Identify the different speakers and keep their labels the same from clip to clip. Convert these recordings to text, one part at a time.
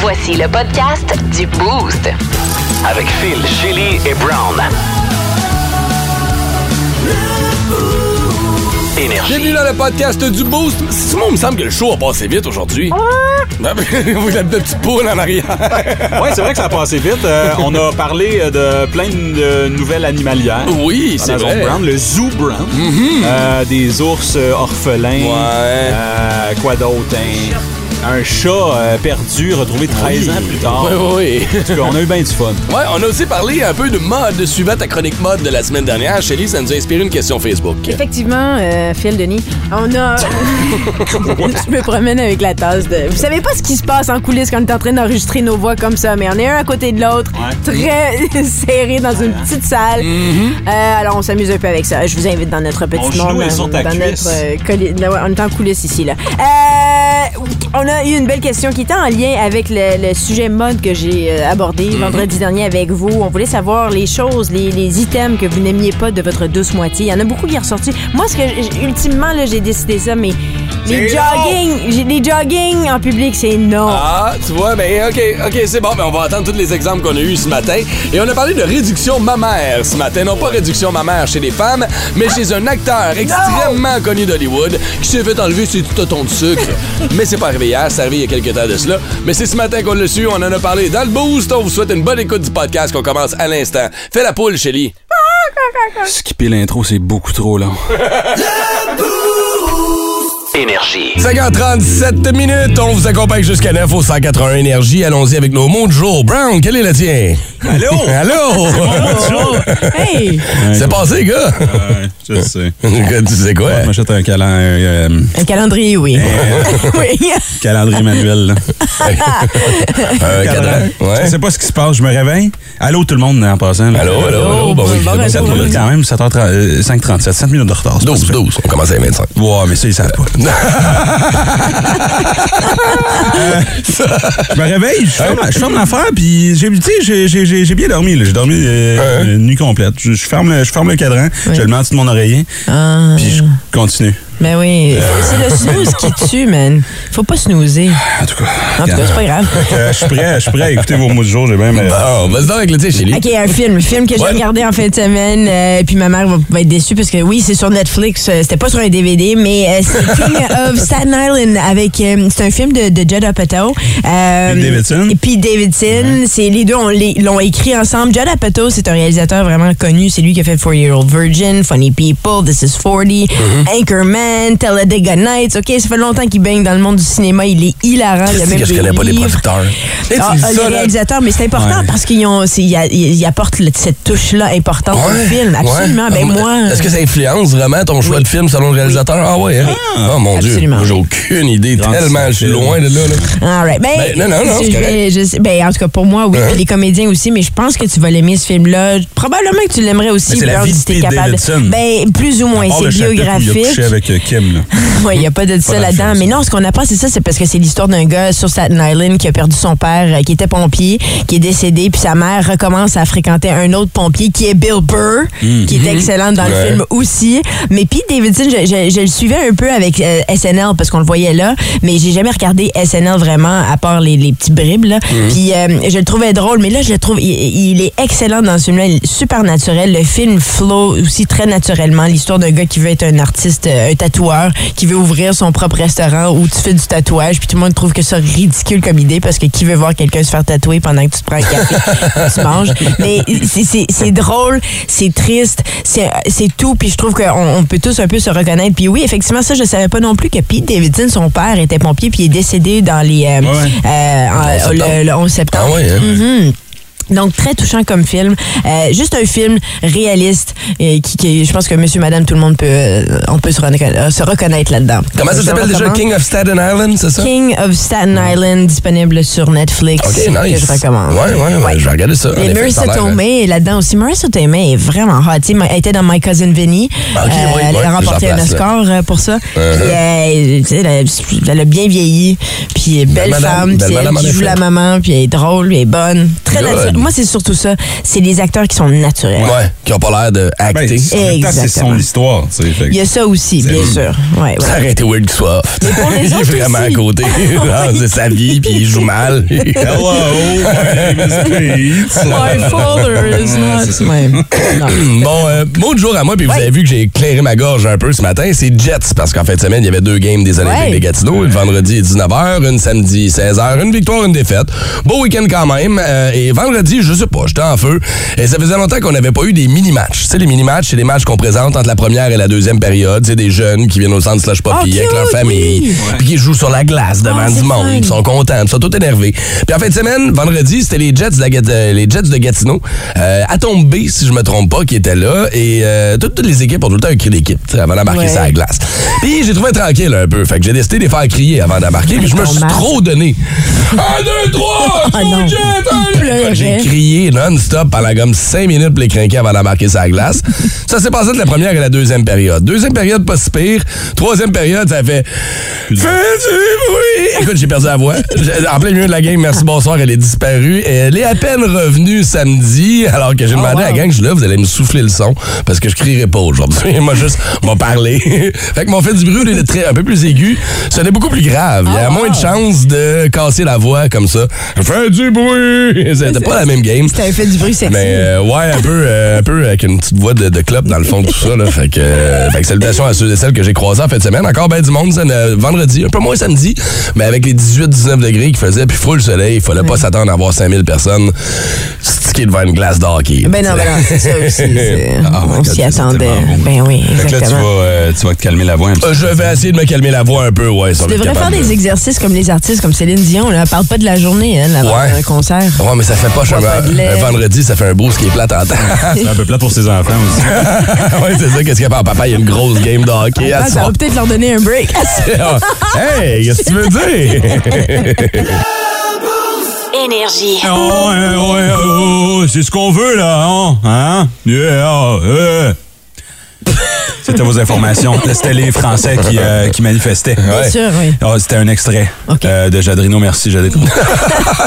Speaker 1: Voici le podcast du Boost.
Speaker 2: Avec Phil, Chili et Brown. Énergie.
Speaker 3: Bienvenue dans le podcast du Boost. Si moi, il me semble que le show a passé vite aujourd'hui. Ben, Vous la petite poule en arrière.
Speaker 4: Oui, c'est vrai que ça a passé vite. Euh, on a parlé de plein de nouvelles animalières.
Speaker 3: Oui,
Speaker 4: Dans
Speaker 3: c'est
Speaker 4: la zone
Speaker 3: vrai. Mm-hmm.
Speaker 4: Brown, le Zoo Brown, Euh, des ours euh, orphelins,
Speaker 3: Ouais.
Speaker 4: Euh, quoi d'autre? hein? Un chat euh, perdu retrouvé 13 ans plus tard.
Speaker 3: Oui, oui, oui.
Speaker 4: En tout cas, on a eu bien du fun.
Speaker 3: Ouais, on a aussi parlé un peu de mode, suivant ta chronique mode de la semaine dernière. Chélie, ça nous a inspiré une question Facebook.
Speaker 5: Effectivement, euh, Phil Denis, on a. je me promène avec la tasse de. Vous savez pas ce qui se passe en coulisses quand on est en train d'enregistrer nos voix comme ça, mais on est un à côté de l'autre, très serré dans une petite salle.
Speaker 4: Mm-hmm.
Speaker 5: Euh, alors on s'amuse un peu avec ça. Je vous invite dans notre petit
Speaker 4: Mon
Speaker 5: monde.
Speaker 4: genou est sur ta
Speaker 5: dans
Speaker 4: cuisse.
Speaker 5: notre, euh, colli- là, ouais, on est en coulisses ici là. Euh, on a eu une belle question qui était en lien avec le, le sujet mode que j'ai euh, abordé
Speaker 3: Mhm.
Speaker 5: vendredi dernier avec vous. On voulait savoir les choses, les, les items que vous n'aimiez pas de votre douce moitié. Il y en a beaucoup qui sont ressortis. Moi, ce que j'- ultimement là, j'ai décidé ça, mais
Speaker 3: C'est
Speaker 5: les jogging, j'ai- les jogging en public, c'est non.
Speaker 3: Ah, tu vois, ben ok, ok, c'est bon, ben on va attendre tous les exemples qu'on a eus ce matin. Et on a parlé de réduction mammaire ce matin. Non pas réduction mammaire chez les femmes, mais chez un acteur extrêmement connu d'Hollywood qui s'est fait enlever ses petits totons de sucre. mais c'est pas arrivé hier, c'est arrivé il y a quelques temps de cela. Mais c'est ce matin qu'on l'a su, on en a parlé dans le boost. On vous souhaite une bonne écoute du podcast qu'on commence à l'instant. Fais la poule, Chélie.
Speaker 4: Skipper l'intro, c'est beaucoup trop long.
Speaker 2: Énergie.
Speaker 3: 5h37 minutes, on vous accompagne jusqu'à 9 au 181 Énergie. Allons-y avec nos mots de jour. Brown, quel est le tien?
Speaker 4: Allô?
Speaker 3: Allô?
Speaker 5: Hey,
Speaker 4: Hein,
Speaker 3: C'est passé, gars!
Speaker 4: je sais.
Speaker 3: tu sais quoi?
Speaker 4: Je m'achète un euh,
Speaker 5: un calendrier, oui.
Speaker 3: Eh.
Speaker 5: oui.
Speaker 4: calendrier manuel.
Speaker 3: Un cadran.
Speaker 4: Je
Speaker 3: Euh, Ouais.
Speaker 4: sais pas ce qui se passe. Je me réveille. Allô tout le monde en passant. là.
Speaker 3: Allô, allô, allô. Bon, oui,
Speaker 5: Bon, ben,
Speaker 3: c'est
Speaker 4: Sept
Speaker 3: bon.
Speaker 4: minutes quand même, 7h30, euh, 5h37, 7 minutes de retard. c'est
Speaker 3: 12,
Speaker 4: pas
Speaker 3: 12. On commence à 25.
Speaker 4: super. Ouais, mais ça, ils savent pas. Euh, je me réveille, je ferme, je ferme l'affaire, puis j'ai, tu sais, j'ai- j'ai- j'ai- j'ai bien dormi. là. J'ai dormi euh, une nuit complète. Je, je ferme, le- je ferme le cadran, je le mets en dessous de mon oreiller,
Speaker 5: Ah.
Speaker 4: puis je continue.
Speaker 5: Ben oui, c'est le snooze qui tue, man. Faut pas snoozer.
Speaker 4: En tout cas,
Speaker 5: En tout cas, c'est pas Ah. grave.
Speaker 4: euh, je suis prêt, je suis prêt à écouter vos mots du jour. J'ai bien... euh,
Speaker 3: Bon, vas-y donc avec le tien, Chélie.
Speaker 5: OK, un film. Un film que j'ai
Speaker 3: Ouais.
Speaker 5: regardé en fin de semaine. euh, puis ma mère va, va être déçue parce que oui, c'est sur Netflix. euh, C'était pas sur un DVD, mais euh, c'est King of Staten Island avec. euh, c'est un film de, de Judd Apatow. euh,
Speaker 4: Pete Davidson.
Speaker 5: Et Pete Davidson. C'est, les deux on les- l'ont écrit ensemble. Judd Apatow, c'est un réalisateur vraiment connu. C'est lui qui a fait Four Year Old Virgin, Funny People, This is 40,
Speaker 3: Mm-hmm.
Speaker 5: Anchorman, Talladega Nights. OK, ça fait longtemps qu'il baigne dans le monde du cinéma. Il est hilarant. Il a
Speaker 3: Christy,
Speaker 5: même
Speaker 3: que je
Speaker 5: des
Speaker 3: connais pas les
Speaker 5: livres.
Speaker 3: producteurs. Et
Speaker 5: Ah,
Speaker 3: tu dis
Speaker 5: ah,
Speaker 3: ça,
Speaker 5: les
Speaker 3: là.
Speaker 5: réalisateurs, mais c'est important
Speaker 4: Ouais.
Speaker 5: parce qu'ils ont, c'est- ils a- ils- ils apportent le- cette touche-là importante au
Speaker 3: Ouais,
Speaker 5: film. Absolument.
Speaker 3: ouais.
Speaker 5: Ben
Speaker 3: Ah,
Speaker 5: moi.
Speaker 3: Est-ce que ça influence vraiment ton choix de film selon le réalisateur? Ah ouais, hein? oh mon
Speaker 5: Absolument.
Speaker 3: Dieu. Moi, J'ai aucune idée.
Speaker 4: Grande
Speaker 3: Tellement je suis
Speaker 4: cinéphile.
Speaker 3: loin de là. là.
Speaker 5: All right. Ben,
Speaker 3: Ben, non, non, non,
Speaker 5: je
Speaker 3: c'est
Speaker 5: vais-
Speaker 3: correct.
Speaker 5: je sais- ben, en tout cas, pour moi, oui. Puis Les comédiens aussi, mais je pense que tu vas l'aimer, ce film-là. Probablement que tu l'aimerais aussi,
Speaker 4: Mais c'est la
Speaker 5: Brown,
Speaker 4: vie de
Speaker 5: si t'es
Speaker 4: Pete
Speaker 5: capable.
Speaker 4: Davidson.
Speaker 5: Ben, plus ou moins.
Speaker 4: à part le
Speaker 5: C'est
Speaker 4: chapitre où Il a
Speaker 5: biographique.
Speaker 4: couché avec euh, Kim. là.
Speaker 5: Oui, il n'y a pas de ça
Speaker 4: dans le
Speaker 5: là-dedans.
Speaker 4: film,
Speaker 5: Mais
Speaker 4: ça.
Speaker 5: non, ce qu'on apprend, c'est ça, c'est parce que c'est l'histoire d'un gars sur Staten Island qui a perdu son père, euh, qui était pompier, qui est décédé, puis sa mère recommence à fréquenter un autre pompier qui est Bill Burr,
Speaker 4: Mm.
Speaker 5: qui
Speaker 4: Mm-hmm.
Speaker 5: est excellent dans
Speaker 3: Ouais.
Speaker 5: le film aussi. Mais Pete Davidson, je, je- je le suivais un peu avec euh, SNL parce qu'on le voyait là, mais j'ai jamais regardé SNL vraiment, à part les, les petits bribes. Là. Puis euh, je le trouvais drôle, mais là, je le trouve, il, il est excellent dans ce film-là, il est super naturel. Le film flow aussi très naturellement. L'histoire d'un gars qui veut être un artiste, euh, un tatoueur, qui veut ouvrir son propre restaurant où tu fais du tatouage, puis tout le monde trouve que ça ridicule comme idée parce que qui veut voir quelqu'un se faire tatouer pendant que tu te prends un café, tu manges. Mais c'est- c'est c'est drôle, c'est triste, c'est c'est tout, puis je trouve qu'on on peut tous un peu se reconnaître. Puis oui, effectivement, ça, je savais pas non plus que Pete Davidson, son père, était pompier, puis il est décédé dans les. euh,
Speaker 4: ouais.
Speaker 5: euh, en- le, le 11 septembre.
Speaker 3: Ah ouais, hein?
Speaker 5: Mhm. Donc, très touchant comme film. Euh, juste un film réaliste euh, qui, qui- je pense que monsieur, madame, tout le monde peut, euh, on peut se, reconna- euh, se reconnaître là-dedans.
Speaker 3: Comment ça
Speaker 5: Je
Speaker 3: s'appelle déjà?
Speaker 5: recommande.
Speaker 3: King of Staten Island, c'est ça?
Speaker 5: King of Staten Island, disponible sur Netflix.
Speaker 3: Ok,
Speaker 5: Que
Speaker 3: nice.
Speaker 5: je recommande.
Speaker 3: Ouais, ouais, ouais, je vais regarder ça. En
Speaker 5: Et
Speaker 3: effet, ça
Speaker 5: Marissa
Speaker 3: a l'air, hein.
Speaker 5: Tomei est là-dedans aussi. Marissa Tomei est vraiment hot. Tu sais, Elle était dans My Cousin Vinny. Euh,
Speaker 3: Ah, ok, ouais,
Speaker 5: elle
Speaker 3: ouais,
Speaker 5: a remporté
Speaker 3: j'en
Speaker 5: un
Speaker 3: place, Uh-huh.
Speaker 5: Oscar euh, pour ça. Puis, euh, tu sais, elle, a- elle a bien vieilli. Puis elle est belle
Speaker 3: Belle madame,
Speaker 5: femme.
Speaker 3: belle
Speaker 5: Puis elle
Speaker 3: madame, en
Speaker 5: joue
Speaker 3: effet.
Speaker 5: la maman. Puis elle est drôle. Elle est bonne. Très
Speaker 3: Good.
Speaker 5: naturelle. moi, c'est surtout ça. C'est les acteurs qui sont naturels.
Speaker 3: hein. Ouais, qui ont pas l'air de
Speaker 4: Ben,
Speaker 3: acter.
Speaker 4: en même temps, c'est son
Speaker 5: Exactement.
Speaker 4: histoire, tu sais. fait que-
Speaker 5: Il y a ça aussi, bien sûr. Ouais, ouais.
Speaker 3: Ça aurait été weird qu'il soit.
Speaker 5: pour les
Speaker 3: il est
Speaker 5: autres
Speaker 3: vraiment
Speaker 5: aussi.
Speaker 3: à côté. Genre, c'est sa vie, puis il joue mal.
Speaker 4: Hello, my name is Pete.
Speaker 5: My father is not. Ouais. Non.
Speaker 3: bon, euh, mot du jour à moi, puis vous avez vu que j'ai éclairé ma gorge un peu ce matin, c'est Jets, parce qu'en fin de semaine, il y avait deux games des Olympiques
Speaker 5: Ouais.
Speaker 3: de Gatineau, le vendredi 19h, une samedi 16h, une victoire, une défaite. Beau week-end quand même, euh, et vendredi, je sais pas, j'étais en feu, et ça faisait longtemps qu'on n'avait pas eu des mini-matchs. Tu sais, les mini-matchs, c'est les matchs qu'on présente entre la première et la deuxième période, c'est des jeunes qui viennent au centre slash
Speaker 5: Ah,
Speaker 3: poppy avec
Speaker 5: cute,
Speaker 3: leur famille,
Speaker 5: oui.
Speaker 3: puis qui jouent sur la glace devant
Speaker 5: Ah,
Speaker 3: du
Speaker 5: c'est
Speaker 3: monde,
Speaker 5: fun.
Speaker 3: Ils sont contents, ils sont tout énervés. Puis en fin de semaine, vendredi, c'était les Jets de, la Gat- euh, les Jets de Gatineau, euh, à tomber, si je me trompe pas, qui étaient là. Et euh, toutes, toutes les équipes ont tout le temps un cri d'équipe tu sais, avant d'embarquer
Speaker 5: Ouais.
Speaker 3: sur la glace. Puis j'ai trouvé tranquille un peu. Fait que j'ai décidé de les faire crier avant d'embarquer. Puis je me
Speaker 5: Ton
Speaker 3: suis
Speaker 5: masque.
Speaker 3: trop donné. Un, deux, trois,
Speaker 5: Ah,
Speaker 3: go
Speaker 5: non.
Speaker 3: Jets! un,
Speaker 5: Il
Speaker 3: deux, trois. J'ai
Speaker 5: pleurait.
Speaker 3: crié non-stop pendant comme cinq minutes pour les crinquer avant d'embarquer sur la glace. Ça s'est passé de la première à la deuxième période. Deuxième période, pas si pire. Troisième période, ça fait... Fais du bruit! Écoute, j'ai perdu la voix. J'ai- En plein milieu de la game, merci, bonsoir, elle est disparue. Et elle est à peine revenue samedi, alors que j'ai demandé à la gang, je suis là, vous allez me souffler le son, parce que je crierai pas aujourd'hui. Moi, juste, m'a parlé. fait que mon fait du bruit, il est très- un peu plus aigu. Ce n'est beaucoup plus grave. Il y a
Speaker 5: Ah,
Speaker 3: moins de
Speaker 5: wow.
Speaker 3: chance de casser la voix comme ça. Fais du bruit! C'était pas la même game.
Speaker 5: T'avais fait du bruit sexy.
Speaker 3: Mais euh, ouais, un peu, euh, un peu avec une petite voix de, de clope dans le fond de tout ça. Là. Fait, que, euh, fait que salutations à ceux et celles que j'ai croisés en fin de semaine. Encore ben du monde, ça, euh, vendredi, un peu moins samedi, mais avec les 18-19 degrés qu'il faisait, puis full soleil, il fallait pas s'attendre à avoir 5000 personnes stickées devant une glace d'hockey.
Speaker 5: Ben non, ben non, c'est ça
Speaker 3: Oh
Speaker 5: aussi. c'est-
Speaker 4: Ah, my
Speaker 5: on
Speaker 4: God,
Speaker 5: s'y
Speaker 4: ça, c'est
Speaker 5: attendait.
Speaker 4: tellement bon.
Speaker 5: Ben oui,
Speaker 4: Fait que là, tu vas,
Speaker 5: exactement.
Speaker 4: euh, tu vas te calmer la voix un petit peu.
Speaker 3: Euh, je vais essayer de me calmer la voix un peu, ouais.
Speaker 5: Tu devrais faire des exercices comme les artistes, comme Céline Dion. Là. Elle parle pas de la journée, elle, avant
Speaker 3: Ouais.
Speaker 5: un concert.
Speaker 3: Ouais, mais ça fait pas
Speaker 5: Bois pas de lait.
Speaker 3: un, un vendredi, ça fait un beau ce qui est plate en temps.
Speaker 4: C'est un peu plat pour ses enfants aussi.
Speaker 3: ouais, c'est ça, qu'est-ce qu'il y a pas? Papa, il y a une grosse game de hockey à
Speaker 5: Ah, ça
Speaker 3: soir.
Speaker 5: va peut-être leur donner un break.
Speaker 3: Ah, hey, qu'est-ce que tu veux dire?
Speaker 1: Énergie.
Speaker 4: Oh, ouais, ouais, oh, c'est ce qu'on veut, là, hein? Hein? Yeah, euh. C'était vos informations. C'était les Français qui, euh, qui manifestaient.
Speaker 5: Bien sûr, oui.
Speaker 4: Ah, C'était un extrait
Speaker 5: OK.
Speaker 4: euh, de Jadrino. Merci, Jadrino.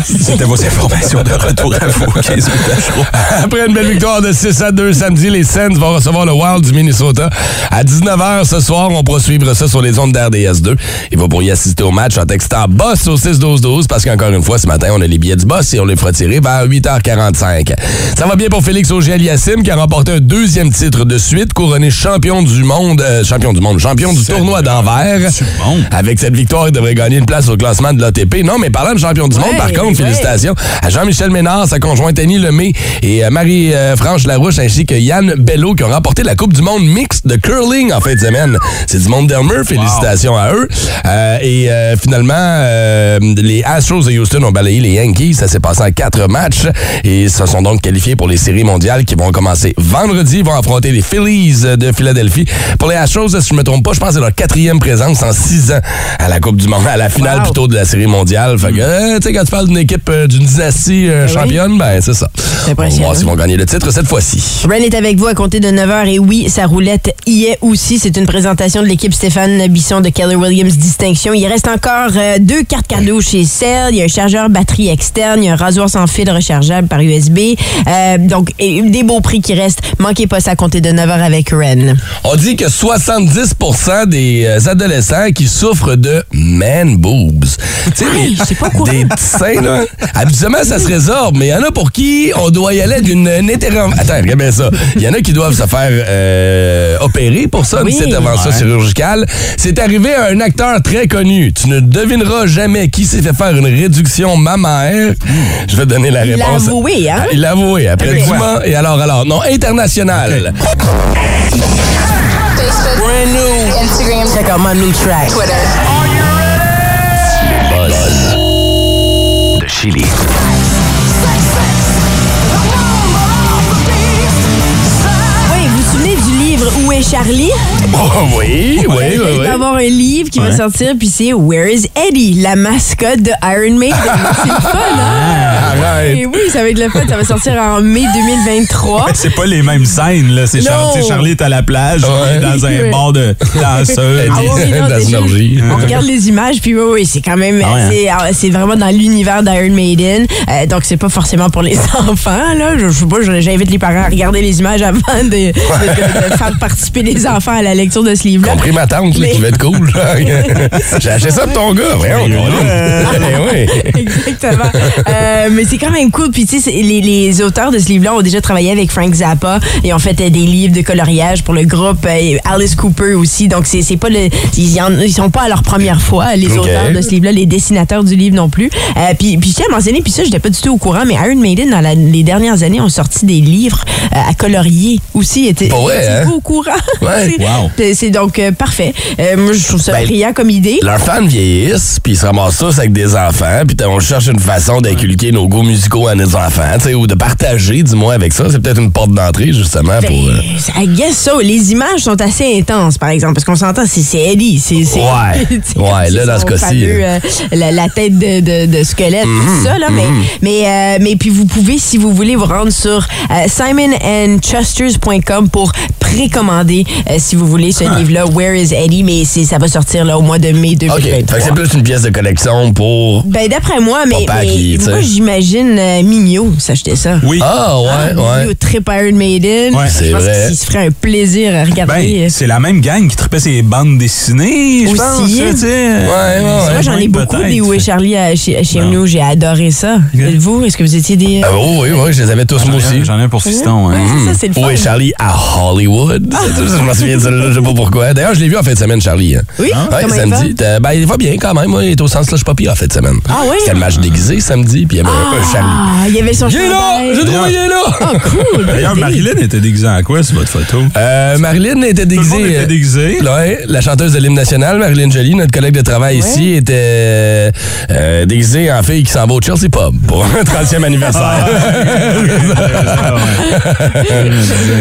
Speaker 4: C'était vos informations de retour à vous, 15 minutes à chaud.
Speaker 3: Après une belle victoire de 6 à 2 samedi, les Sens vont recevoir le Wild du Minnesota. À 19h ce soir, on pourra suivre ça sur les ondes d'RDS2. Et vous pourriez assister au match en textant Boss au 6-12-12 parce qu'encore une fois, ce matin, on a les billets du Boss et on les fera tirer vers 8h45. Ça va bien pour Félix Auger-Aliassime qui a remporté un deuxième titre de suite, couronné champion du monde, euh, champion du monde, champion du tournoi d'Anvers.
Speaker 4: monde.
Speaker 3: Avec cette victoire, il devrait gagner une place au classement de l'ATP. Non, mais parlant de champion du monde, par contre,
Speaker 5: ouais.
Speaker 3: félicitations félicitations à Jean-Michel Ménard, sa conjointe Annie Lemay et euh, Marie-Franche Larouche ainsi que Yann Bello qui ont remporté la Coupe du monde mixte de curling en fin de semaine. C'est du monde d'Elmer. Félicitations à eux. Euh, et euh, finalement, euh, les Astros de Houston ont balayé les Yankees. Ça s'est passé en quatre matchs et se sont donc qualifiés pour les séries mondiales qui vont commencer vendredi. Ils vont affronter les Phillies de Philadelphie. Pour les Astros, si je me trompe pas, je pense que c'est leur quatrième présence en six ans à la Coupe du monde, à la finale
Speaker 5: Wow.
Speaker 3: plutôt de la série mondiale. Fait que, euh, tu sais, quand tu parles d'une équipe euh, d'une dynastie euh,
Speaker 5: Mm. Eh oui.
Speaker 3: championne, ben c'est ça. On va
Speaker 5: impressionnant.
Speaker 3: voir s'ils vont gagner le titre cette fois-ci.
Speaker 5: Ren est avec vous à compter de 9h et oui, sa roulette y est aussi. C'est une présentation de l'équipe Stéphane Bisson de Keller Williams Distinction. Il reste encore euh, deux cartes cadeaux chez Cell. Il y a un chargeur batterie externe, il y a un rasoir sans fil rechargeable par USB. Euh, donc, et des beaux prix qui restent. Manquez pas ça à compter de 9h avec Ren.
Speaker 3: On dit que 70% des euh, adolescents qui souffrent de man boobs. Tu sais,
Speaker 5: Hey,
Speaker 3: des-
Speaker 5: j'étais pas au courant.
Speaker 3: des petits seins, là. Habituellement, ça se résorbe, mais il y en a pour qui on doit y aller d'une une interven- Attends, regarde bien ça. Il y en a qui doivent se faire euh, opérer pour ça, une
Speaker 5: Oui.
Speaker 3: petite intervention chirurgicale. C'est arrivé à un acteur très connu. Tu ne devineras jamais qui s'est fait faire une réduction mammaire. Je vais te donner la
Speaker 5: Il l'a
Speaker 3: réponse.
Speaker 5: avoué, hein?
Speaker 3: Ah, Il l'a avoué. Après
Speaker 5: Ok.
Speaker 3: Dumas et alors, alors. Non, international.
Speaker 1: Facebook, Instagram,
Speaker 5: Check out my new track.
Speaker 1: Twitter.
Speaker 2: De Chili.
Speaker 5: Oui, vous vous souvenez du livre Où est Charlie.
Speaker 3: Oh, oui, oui, oui.
Speaker 5: Il va y
Speaker 3: oui.
Speaker 5: avoir un livre qui va sortir, puis c'est Where is Eddie, la mascotte de Iron Maiden. c'est le fun, hein?
Speaker 3: Ah, Arrête.
Speaker 5: Et oui, ça va être le fun. Ça va sortir en mai 2023.
Speaker 4: C'est pas les mêmes scènes, là. C'est Char-
Speaker 5: Non.
Speaker 4: tu sais, Charlie est à la plage,
Speaker 3: Ouais.
Speaker 4: lui, dans un
Speaker 5: Ouais.
Speaker 4: bar de danseuse.
Speaker 5: Ah oui, non,
Speaker 3: Dans une
Speaker 5: c'est juste-
Speaker 3: orgie.
Speaker 5: On regarde les images, puis oui, oui, c'est quand même
Speaker 4: Ah ouais,
Speaker 5: assez- ah, C'est vraiment dans l'univers d'Iron Maiden. Euh, donc, c'est pas forcément pour les enfants, là. Je, je sais pas, je- j'invite les parents à regarder les images avant de, de- de- de faire participer les enfants à la lecture de ce livre-là.
Speaker 3: Compris ma tante, là,
Speaker 5: Mais-
Speaker 3: qui va être cool. J'ai acheté ça pour ton gars. Voyons, Colin. Eh oui.
Speaker 5: Exactement. Euh, mais c'est quand même cool. Puis, tu sais, c'est- les, les auteurs de ce livre-là ont déjà travaillé avec Frank Zappa et ont fait euh, des livres de coloriage pour le groupe. euh, Alice Cooper aussi. Donc, c'est c'est pas le. Ils, y en- ils sont pas à leur première fois, les
Speaker 3: Ok.
Speaker 5: auteurs de ce livre-là, les dessinateurs du livre non plus. Euh, puis, puis, je tiens à mentionner, puis ça, j'étais pas du tout au courant, mais Iron Maiden, dans la- les dernières années, ont sorti des livres euh, à colorier aussi. Était,
Speaker 3: Pas vrai, hein?
Speaker 5: au courant.
Speaker 3: Ouais,
Speaker 5: C'est-
Speaker 4: wow.
Speaker 5: c'est- C'est donc euh, parfait. Euh, moi, je trouve ça
Speaker 3: Ben,
Speaker 5: brillant comme idée.
Speaker 3: Leurs fans vieillissent, puis ils se ramassent tous avec des enfants, puis on cherche une façon d'inculquer nos goûts musicaux à nos enfants, tu sais, ou de partager, du moins, avec ça. C'est peut-être une porte d'entrée, justement,
Speaker 5: Ben,
Speaker 3: pour... euh,
Speaker 5: I guess so. Les images sont assez intenses, par exemple, parce qu'on s'entend, c'est c'est Eddie. c'est c'est-
Speaker 3: Ouais.
Speaker 5: tu sais,
Speaker 3: Ouais,
Speaker 5: c'est
Speaker 3: là, dans
Speaker 5: son
Speaker 3: ce cas-ci, Mm-hmm.
Speaker 5: fameux, euh, la, la tête de, de- de squelette, tout ça, là. mais, mais, euh, mais puis vous pouvez, si vous voulez, vous rendre sur euh, simonandchusters.com pour précommander, euh, si vous voulez,
Speaker 3: Ah.
Speaker 5: ce livre-là, Where is Eddie? Mais c'est- ça va sortir là, au mois de mai
Speaker 3: OK. Fait
Speaker 5: 2023.
Speaker 3: que c'est plus une pièce de collection pour...
Speaker 5: ben, d'après moi, mais,
Speaker 3: Papa
Speaker 5: mais
Speaker 3: qui, tu sais.
Speaker 5: moi, j'imagine euh, Mignot s'acheter ça.
Speaker 4: Oui.
Speaker 3: Ah, ouais,
Speaker 5: Mignot
Speaker 3: ouais.
Speaker 5: Trip Iron Maiden.
Speaker 4: Ouais.
Speaker 3: C'est
Speaker 5: Je pense
Speaker 3: vrai.
Speaker 5: qu'il se ferait un plaisir à regarder. Euh,
Speaker 4: Ben, c'est la même gang qui tripait ses bandes dessinées, je
Speaker 5: Aussi.
Speaker 4: pense. ça, tu sais.
Speaker 3: ouais.
Speaker 5: Moi, j'en ai beaucoup
Speaker 4: Peut-être.
Speaker 5: des Où est Charlie à- chez, chez nous. J'ai adoré ça. Vous, est-ce que vous étiez des.
Speaker 3: Ah, oh, oui, oui, je les avais tous, moi aussi.
Speaker 4: J'en ai un pour fiston. hein.
Speaker 5: Ouais, c'est ça, c'est le fun.
Speaker 3: Oui, Charlie à Hollywood. C'est tout ça, je m'en souviens de ça, je sais pas pourquoi. D'ailleurs, je l'ai vu en fin de semaine, Charlie. hein.
Speaker 5: Oui?
Speaker 3: Ouais,
Speaker 5: Comment il
Speaker 3: samedi. Euh, Ben, il va bien quand même. ouais, Il est au sens là, je suis pas pire en fin de semaine.
Speaker 5: Ah oui?
Speaker 3: C'était le match déguisé samedi, puis il y avait un- un Charlie.
Speaker 5: Ah, il y avait son
Speaker 3: Il est là!
Speaker 5: chandail.
Speaker 3: J'ai trouvé, il est là!
Speaker 5: Ah, cool!
Speaker 4: D'ailleurs, Marilyn était déguisée en quoi sur votre photo?
Speaker 3: Euh, Marilyn était
Speaker 4: Tout le
Speaker 3: déguisée.
Speaker 4: monde était déguisé.
Speaker 3: euh, ouais, la chanteuse de l'hymne national, Marilyn Jolie, notre collègue de travail ici, était euh, euh, déguisée en fille qui s'en va au Chelsea Pub pour un 30e anniversaire.
Speaker 4: Ah, En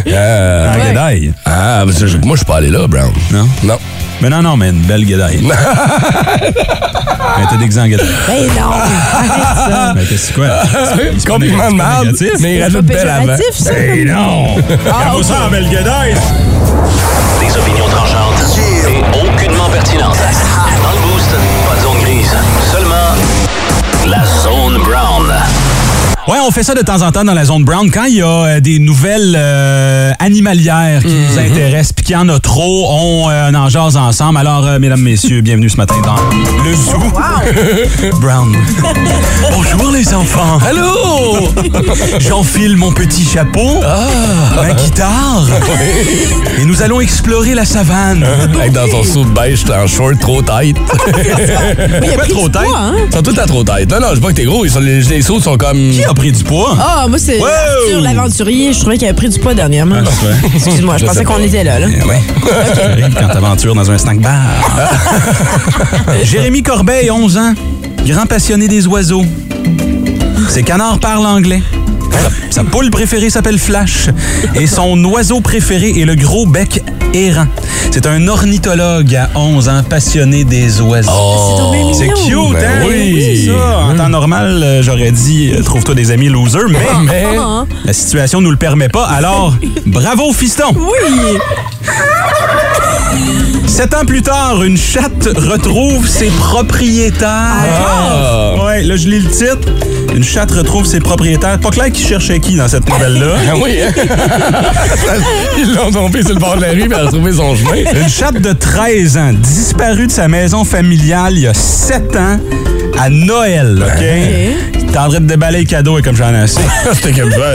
Speaker 3: Euh,
Speaker 4: guédaille.
Speaker 3: ah, ben, je- moi, je suis pas allé là, Brown.
Speaker 4: Non?
Speaker 3: Non.
Speaker 4: Mais non, non, mais une belle guédaille. Elle était déguisée en guédaille.
Speaker 5: Ben non! Arrête ça!
Speaker 4: Mais qu'est-ce que c'est quoi? C'est pas
Speaker 3: Compliment de
Speaker 4: négatif,
Speaker 3: marde,
Speaker 4: c'est pas négatif.
Speaker 3: mais il rajoute
Speaker 5: pas
Speaker 3: belle avant.
Speaker 5: péjoratif, ça,
Speaker 3: Ben non!
Speaker 4: Elle vaut ça en belle guédaille!
Speaker 2: Des opinions tranchantes et aucunement pertinentes. Ah, Dans le boost, pas de zone grise. Seulement la zone brown.
Speaker 4: Ouais, on fait ça de temps en temps dans la zone brown quand il y a euh, des nouvelles euh, animalières qui nous intéressent puis qu'il y en a trop, on, euh, on en jase ensemble. Alors euh, mesdames messieurs, bienvenue ce matin dans le zoo brown. Bonjour les enfants.
Speaker 3: Allô?
Speaker 4: J'enfile mon petit chapeau, ma guitare et nous allons explorer la savane.
Speaker 3: Avec dans ton sou de beige, t'es en short trop tight.
Speaker 5: Mais il a
Speaker 4: Pourquoi
Speaker 5: pris
Speaker 4: trop
Speaker 5: du
Speaker 4: tête?
Speaker 5: poids, hein?
Speaker 3: Ils sont tous à trop tight. Non, non, je dis pas que t'es gros. Ils sont, les, les sauts sont comme.
Speaker 4: Qui a pris du poids
Speaker 5: Ah, moi, c'est
Speaker 4: Wow! Ah,
Speaker 5: Arthur l'aventurier. Je trouvais qu'il avait pris du poids dernièrement. Excuse-moi, je,
Speaker 3: Je sais
Speaker 5: pensais qu'on était là. là.
Speaker 4: Eh Ouais. Ça arrive quand t'aventures dans un snack bar. Jérémy Corbeil, 11 ans, grand passionné des oiseaux. Ses canards parlent anglais. Sa, sa poule préférée s'appelle Flash et son oiseau préféré est le gros bec errant. C'est un ornithologue à 11 ans passionné des oiseaux.
Speaker 5: C'est donc bien
Speaker 4: C'est
Speaker 5: mignon.
Speaker 4: cute, hein?
Speaker 3: Ben oui.
Speaker 4: C'est ça. En temps normal, euh, j'aurais dit euh, trouve-toi des amis losers, mais
Speaker 3: Mais.
Speaker 5: Ah,
Speaker 4: la situation nous le permet pas. Alors, bravo fiston!
Speaker 5: oui!
Speaker 4: Sept ans plus tard, une chatte retrouve ses propriétaires.
Speaker 3: Ah.
Speaker 4: Ouais, là, je lis le titre. Une chatte retrouve ses propriétaires. Pas clair qui cherchait qui dans cette nouvelle-là.
Speaker 3: Ah oui, hein? Ils l'ont tombé sur le bord de la rue, puis elle a retrouvé son chemin.
Speaker 4: Une chatte de 13 ans, disparue de sa maison familiale il y a 7 ans, à Noël, OK? T'es en train de déballer les cadeaux et comme j'en ai assez.
Speaker 3: Ah, C'était comme ça.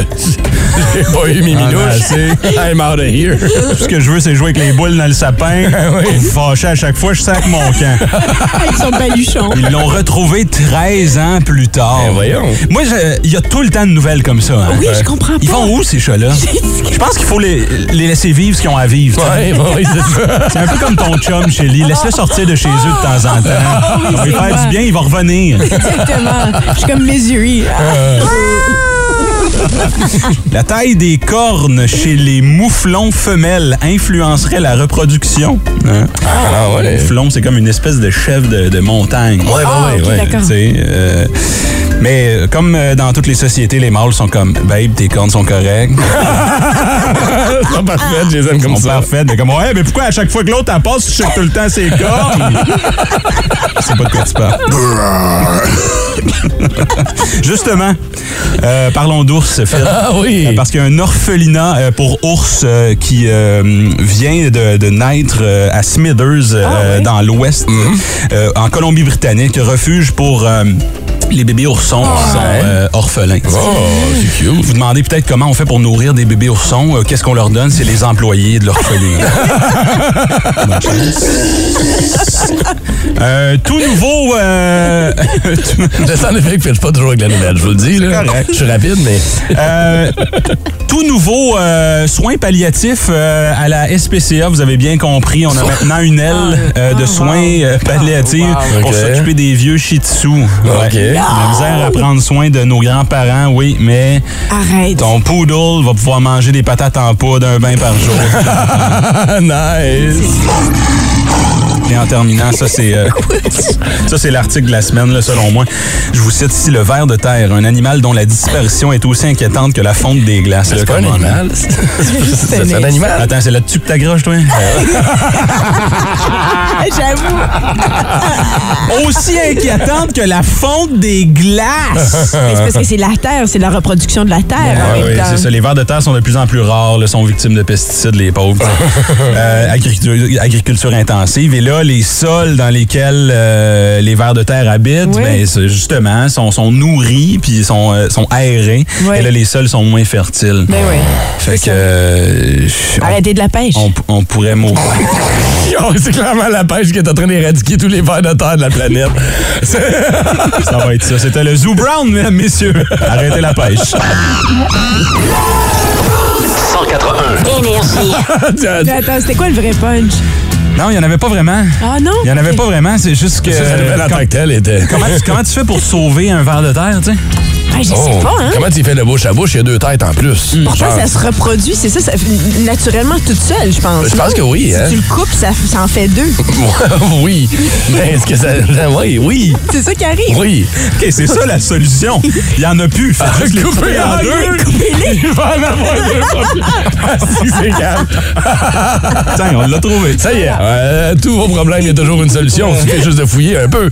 Speaker 3: J'ai pas eu mes
Speaker 4: Ah,
Speaker 3: minouches.
Speaker 4: ben,
Speaker 3: I'm out of here.
Speaker 4: Tout ce que je veux, c'est jouer avec les boules dans le sapin.
Speaker 3: Ah
Speaker 4: Me Fâché à chaque fois, je sac mon camp.
Speaker 5: Avec son baluchon.
Speaker 4: Ils l'ont retrouvé 13 ans plus tard.
Speaker 3: Ben, voyons.
Speaker 4: Moi, je- il y a tout le temps de nouvelles comme ça. hein.
Speaker 5: Oui, je comprends
Speaker 4: Ils
Speaker 5: pas.
Speaker 4: vont où, ces chats-là? Je pense qu'il faut les, les laisser vivre ce qu'ils ont à vivre. tu sais.
Speaker 3: Ouais, ouais, c'est ça.
Speaker 4: C'est un peu comme ton chum, Shelly. Laisse-le sortir de chez eux de temps en temps.
Speaker 5: oui,
Speaker 4: Il va lui
Speaker 5: c'est
Speaker 4: faire
Speaker 5: vrai.
Speaker 4: du bien, il va revenir.
Speaker 5: Exactement. Je suis comme Missouri. Ah.
Speaker 4: La taille des cornes chez les mouflons femelles influencerait la reproduction. Hein?
Speaker 3: Ah, ouais.
Speaker 4: Les mouflons, c'est comme une espèce de chef de, de montagne.
Speaker 3: Ouais, ouais,
Speaker 5: Ah,
Speaker 3: ouais,
Speaker 5: ok,
Speaker 3: ouais.
Speaker 5: d'accord.
Speaker 4: Tu sais, euh, mais euh, comme euh, dans toutes les sociétés, les mâles sont comme Babe, tes cornes sont correctes.
Speaker 3: Ils sont
Speaker 5: Ah.
Speaker 3: parfaits, je les aime
Speaker 4: Ils
Speaker 3: comme
Speaker 4: sont
Speaker 3: ça.
Speaker 4: parfaites. Mais comme, ouais, mais pourquoi à chaque fois que l'autre en passe, tu checkes tout le temps ses cornes? C'est pas de quoi tu parles. Justement, euh, parlons d'ours, Phil.
Speaker 3: Ah oui.
Speaker 4: Euh, Parce qu'il y a un orphelinat euh, pour ours euh, qui euh, vient de, de naître euh, à Smithers, euh,
Speaker 3: Ah,
Speaker 4: dans l'Ouest,
Speaker 3: Mhm.
Speaker 4: euh, en Colombie-Britannique, refuge pour euh, les bébés oursons qui sont euh, orphelins.
Speaker 3: Ah. Oh, c'est cute.
Speaker 4: Vous vous demandez peut-être comment on fait pour nourrir des bébés oursons. Euh, Qu'est-ce qu'on leur donne? C'est les employés de l'orphelinat. Bonne chance. Euh, tout nouveau... euh, tout-
Speaker 3: Le sound effect fait pas toujours avec la nouvelle, je vous le dis. Là.
Speaker 4: Correct.
Speaker 3: Je suis rapide, mais.
Speaker 4: Euh, tout nouveau euh, soin palliatif euh, à la SPCA, vous avez bien compris, on a maintenant une aile
Speaker 3: Ah,
Speaker 4: euh, de soins euh, palliatifs
Speaker 3: wow.
Speaker 4: pour
Speaker 3: Ok.
Speaker 4: s'occuper des vieux shih tzu. Ouais.
Speaker 3: Ok.
Speaker 4: On a misère à prendre soin de nos grands-parents, oui, mais
Speaker 5: Arrête.
Speaker 4: ton poodle va pouvoir manger des patates en poudre un bain par jour.
Speaker 3: Ah, nice!
Speaker 4: Et en terminant, ça c'est euh, ça c'est l'article de la semaine là, selon moi. Je vous cite ici le ver de terre, un animal dont la disparition est aussi inquiétante que la fonte des glaces. là,
Speaker 3: Ah, C'est pas un
Speaker 4: comme on a.
Speaker 3: animal. c'est- C'est c'est hein? un animal. Ah,
Speaker 4: Attends, c'est là-dessus que t'agroches, toi?
Speaker 5: J'avoue.
Speaker 4: Aussi inquiétante que la fonte des glaces!
Speaker 5: Mais c'est parce que c'est la terre, c'est la reproduction de la terre en
Speaker 4: Ah
Speaker 5: même
Speaker 4: oui,
Speaker 3: euh,
Speaker 5: temps.
Speaker 4: c'est ça. Les vers de terre sont de plus en plus rares, là, sont victimes de pesticides, les pauvres. Euh, agriculture, agriculture intensive. Et là, les sols dans lesquels euh, les vers de terre habitent,
Speaker 5: Oui.
Speaker 4: ben, c'est- justement, sont, sont nourris puis sont, euh, sont aérés.
Speaker 5: Oui.
Speaker 4: Et là, les sols sont moins fertiles.
Speaker 5: Ben oui.
Speaker 4: Fait
Speaker 5: C'est
Speaker 4: que.
Speaker 5: ça.
Speaker 4: euh, je-
Speaker 5: Arrêtez de la pêche.
Speaker 4: on, on pourrait mourir.
Speaker 3: Yo, Oh, C'est clairement la pêche qui est en train d'éradiquer tous les vers de terre de la planète.
Speaker 4: ça va être ça. C'était le Zoo Brown, mesdames, messieurs. Arrêtez la pêche.
Speaker 2: 181.
Speaker 1: Énergie.
Speaker 3: Tiens,
Speaker 5: Mais Attends, c'était quoi le vrai punch?
Speaker 4: Non, il n'y en avait pas vraiment.
Speaker 5: Ah non?
Speaker 4: Il n'y en avait
Speaker 5: Ok.
Speaker 4: pas vraiment, c'est juste que.
Speaker 3: Ça, ça devait
Speaker 4: com-
Speaker 3: l'attaque telle était.
Speaker 4: comment, tu, comment tu fais pour sauver un ver de terre, tu sais?
Speaker 5: Ah, je
Speaker 4: Oh,
Speaker 5: sais pas, hein? Hmm.
Speaker 3: Comment tu fais le bouche à bouche? Il y a deux têtes en plus. Ah.
Speaker 5: Pourtant,
Speaker 3: Genre,
Speaker 5: ça se reproduit, c'est ça, ça naturellement toute seule, je pense.
Speaker 3: Je pense que oui,
Speaker 5: Si
Speaker 3: hein?
Speaker 5: tu le coupes, ça, ça en fait deux.
Speaker 3: oui. Mais est-ce que ça. Oui, oui,
Speaker 5: C'est ça qui arrive.
Speaker 3: oui.
Speaker 4: OK, c'est ça la solution. Il n'y en a plus. Fait juste les couper Ah, en deux.
Speaker 5: Coupez-les!
Speaker 3: Il va en avoir deux. Ah, si, c'est calme.
Speaker 4: Tiens, on l'a trouvé.
Speaker 3: Ça y est, euh, tous vos problèmes, il y a toujours une solution. Il suffit juste de fouiller un peu.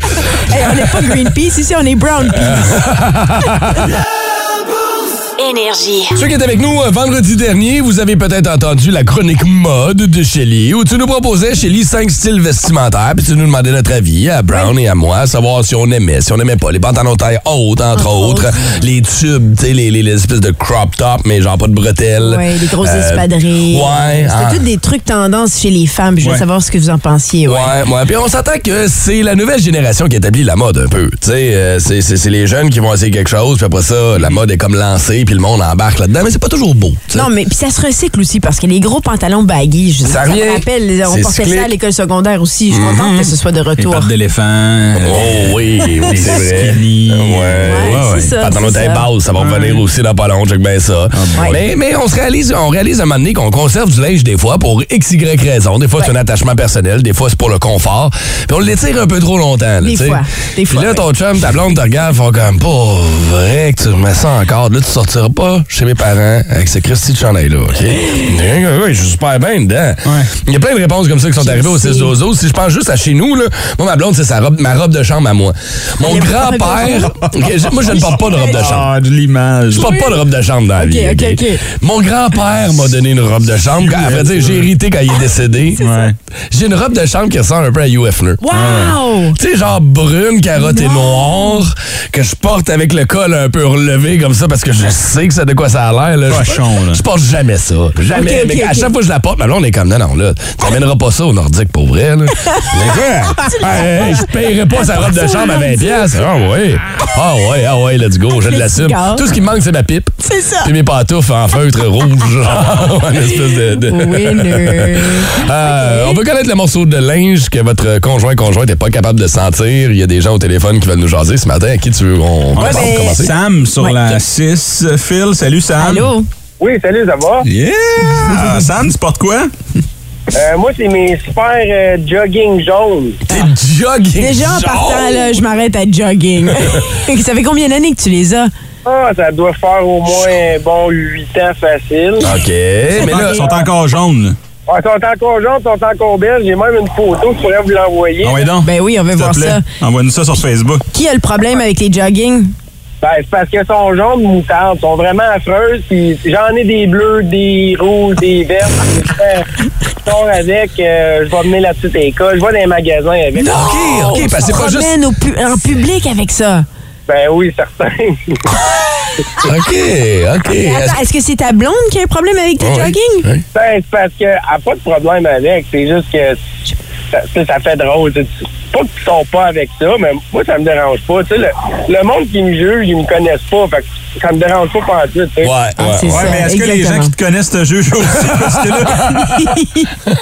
Speaker 5: Hey, on n'est pas Greenpeace ici, on est Brown Peas.
Speaker 1: Énergie.
Speaker 3: Ceux qui étaient avec nous euh, vendredi dernier, vous avez peut-être entendu la chronique mode de Shelly, où tu nous proposais, Shelly, cinq styles vestimentaires, puis tu nous demandais notre avis à Brown et à moi, à savoir si on aimait, si on aimait pas. Les pantalons taille haute, entre autres, les tubes, tu sais, les, les- les espèces de crop top, mais genre pas de bretelles.
Speaker 5: Ouais, les grosses
Speaker 3: Euh,
Speaker 5: espadrilles.
Speaker 3: Ouais,
Speaker 5: C'était
Speaker 3: hein.
Speaker 5: tous des trucs tendance chez les femmes. Je veux
Speaker 4: Ouais.
Speaker 5: savoir ce que vous en pensiez. Ouais.
Speaker 3: Ouais, ouais. Puis on s'attend que c'est la nouvelle génération qui établit la mode un peu. Tu sais, euh, c'est- c'est c'est les jeunes qui vont essayer quelque chose, puis après ça, la mode est comme lancée, puis le monde embarque là-dedans, mais c'est pas toujours beau. tu sais.
Speaker 5: Non, mais puis ça se recycle aussi parce que les gros pantalons baggy, je
Speaker 3: Ça
Speaker 5: ça me
Speaker 3: revient.
Speaker 5: rappelle, on
Speaker 3: C'est
Speaker 5: portait
Speaker 3: cyclique. Mhm.
Speaker 5: ça à l'école secondaire aussi. Je suis contente que ce soit de
Speaker 4: Les
Speaker 5: retour.
Speaker 4: pattes d'éléphant.
Speaker 3: Oh oui, oui, c'est vrai.
Speaker 4: skinny.
Speaker 3: Ouais.
Speaker 5: euh, Ouais, c'est ça,
Speaker 3: Pantalon
Speaker 5: c'est
Speaker 3: taille
Speaker 5: ça. Ah,
Speaker 3: basse, ça va revenir aussi dans pas long, check bien ça.
Speaker 5: boy.
Speaker 3: mais, mais on se réalise, on réalise à un moment donné qu'on conserve du linge des fois pour x, y raison. Des fois, c'est un attachement personnel, des fois, c'est pour le confort. Puis on l'étire un peu trop longtemps. là,
Speaker 5: Des
Speaker 3: tu sais.
Speaker 5: fois, des
Speaker 3: Puis
Speaker 5: fois,
Speaker 3: là,
Speaker 5: oui.
Speaker 3: ton chum, ta blonde te regarde, font comme, pas vrai que tu remets ça encore. Là, tu sortiras pas chez mes parents avec ce Christy de chandail-là, OK? Oui, je suis super bien dedans. Il y a plein de réponses comme ça qui sont arrivées au
Speaker 5: sais.
Speaker 3: 6 Zozo. Si je pense juste à chez nous, là, moi, ma blonde, c'est sa robe, ma robe de chambre à moi. Mon
Speaker 5: Elle aime pas
Speaker 3: grand-père. Ok, je- moi, je ne porte pas de robe de chambre.
Speaker 4: Ah, de l'image.
Speaker 3: Je porte pas de robe de chambre dans la vie.
Speaker 5: ok,
Speaker 3: ok?
Speaker 5: ok.
Speaker 3: Mon grand-père m'a donné une robe de chambre. Quand, après, dire, j'ai hérité quand il est décédé.
Speaker 4: ça.
Speaker 3: J'ai une robe de chambre qui ressemble un peu à Hugh Hefner.
Speaker 5: Wow!
Speaker 3: Tu sais, genre brune, carotte et
Speaker 5: Non.
Speaker 3: noire, que je porte avec le col un peu relevé comme ça parce que je sais que c'est de quoi ça a l'air. là. Je-
Speaker 4: Cochon, là.
Speaker 3: Je porte jamais ça. Jamais.
Speaker 5: Ok, ok,
Speaker 3: mais à
Speaker 5: ok.
Speaker 3: chaque fois que je la porte, mais là, on est comme, non, non, là, t'amèneras pas ça au Nordique pour vrai, là. mais quoi? Hey, hey, je paierai pas sa robe de chambre à 20$. piastres. Ah ouais. Ah ouais, ah ouais, let's go, je
Speaker 5: Les
Speaker 3: l'assume.
Speaker 5: cigares.
Speaker 3: Tout ce qui me manque, c'est ma pipe.
Speaker 5: C'est ça.
Speaker 3: Puis mes pantoufles en feutre rouge, genre, en espèce de- de...
Speaker 5: Winner.
Speaker 3: Euh, On veut connaître le morceau de linge que votre conjoint conjointe n'est pas capable de sentir. Il y a des gens au téléphone qui veulent nous jaser ce matin. À qui tu veux on
Speaker 4: Ouais,
Speaker 3: commence par
Speaker 4: ben,
Speaker 3: commencer?
Speaker 4: Sam sur
Speaker 5: Ouais,
Speaker 4: la
Speaker 5: ok.
Speaker 4: 6, fil. Salut, Sam.
Speaker 5: Allô?
Speaker 6: Oui, salut, ça va?
Speaker 4: Yeah! Sam, tu portes quoi?
Speaker 6: Euh, moi, c'est mes super euh, jogging jaunes.
Speaker 3: T'es jogging
Speaker 5: Déjà en
Speaker 3: jaune.
Speaker 5: partant, là, je m'arrête à jogging. ça fait combien d'années que tu les as?
Speaker 6: Ah, ça doit faire au moins un bon 8 ans facile.
Speaker 3: OK, mais là,
Speaker 4: Ils sont encore jaunes. là.
Speaker 6: Ah, sont encore jaunes, sont encore belles. J'ai même une photo que je pourrais vous l'envoyer.
Speaker 4: Envoyez
Speaker 3: Oh,
Speaker 4: donc.
Speaker 5: Ben oui, on veut
Speaker 4: S'il te
Speaker 5: voir
Speaker 4: plaît.
Speaker 5: ça.
Speaker 4: Envoie-nous ça sur Facebook.
Speaker 5: Qui a le problème avec les jogging?
Speaker 6: Ben, c'est parce que sont jaunes moutardes. sont vraiment affreuses. Puis j'en ai des bleus, des rouges, des verts. Je sors avec. euh, je vais mener la petite école. Je vais dans les magasins avec.
Speaker 3: OK, OK, parce que c'est pas juste...
Speaker 5: Promène au pu- en public avec ça.
Speaker 6: Ben oui, certain.
Speaker 3: OK, OK.
Speaker 5: Attends, est-ce que c'est ta blonde qui a un problème avec tes
Speaker 3: Oh, Oui,
Speaker 5: jogging?
Speaker 3: oui.
Speaker 6: Ben, c'est parce qu'elle n'a pas de problème avec. C'est juste que ça, ça- ça fait drôle. tu sais. Pas qu'ils sont pas avec ça, mais moi, ça me dérange pas. Tu sais, le, le monde qui me juge, ils me connaissent pas. Fait que ça me dérange pas pas en tout. tu sais.
Speaker 3: Ouais, ouais.
Speaker 5: Ah, c'est
Speaker 4: Ouais,
Speaker 5: ça.
Speaker 4: mais est-ce que les gens
Speaker 5: exactement.
Speaker 4: qui te connaissent te jugent aussi? Parce que là,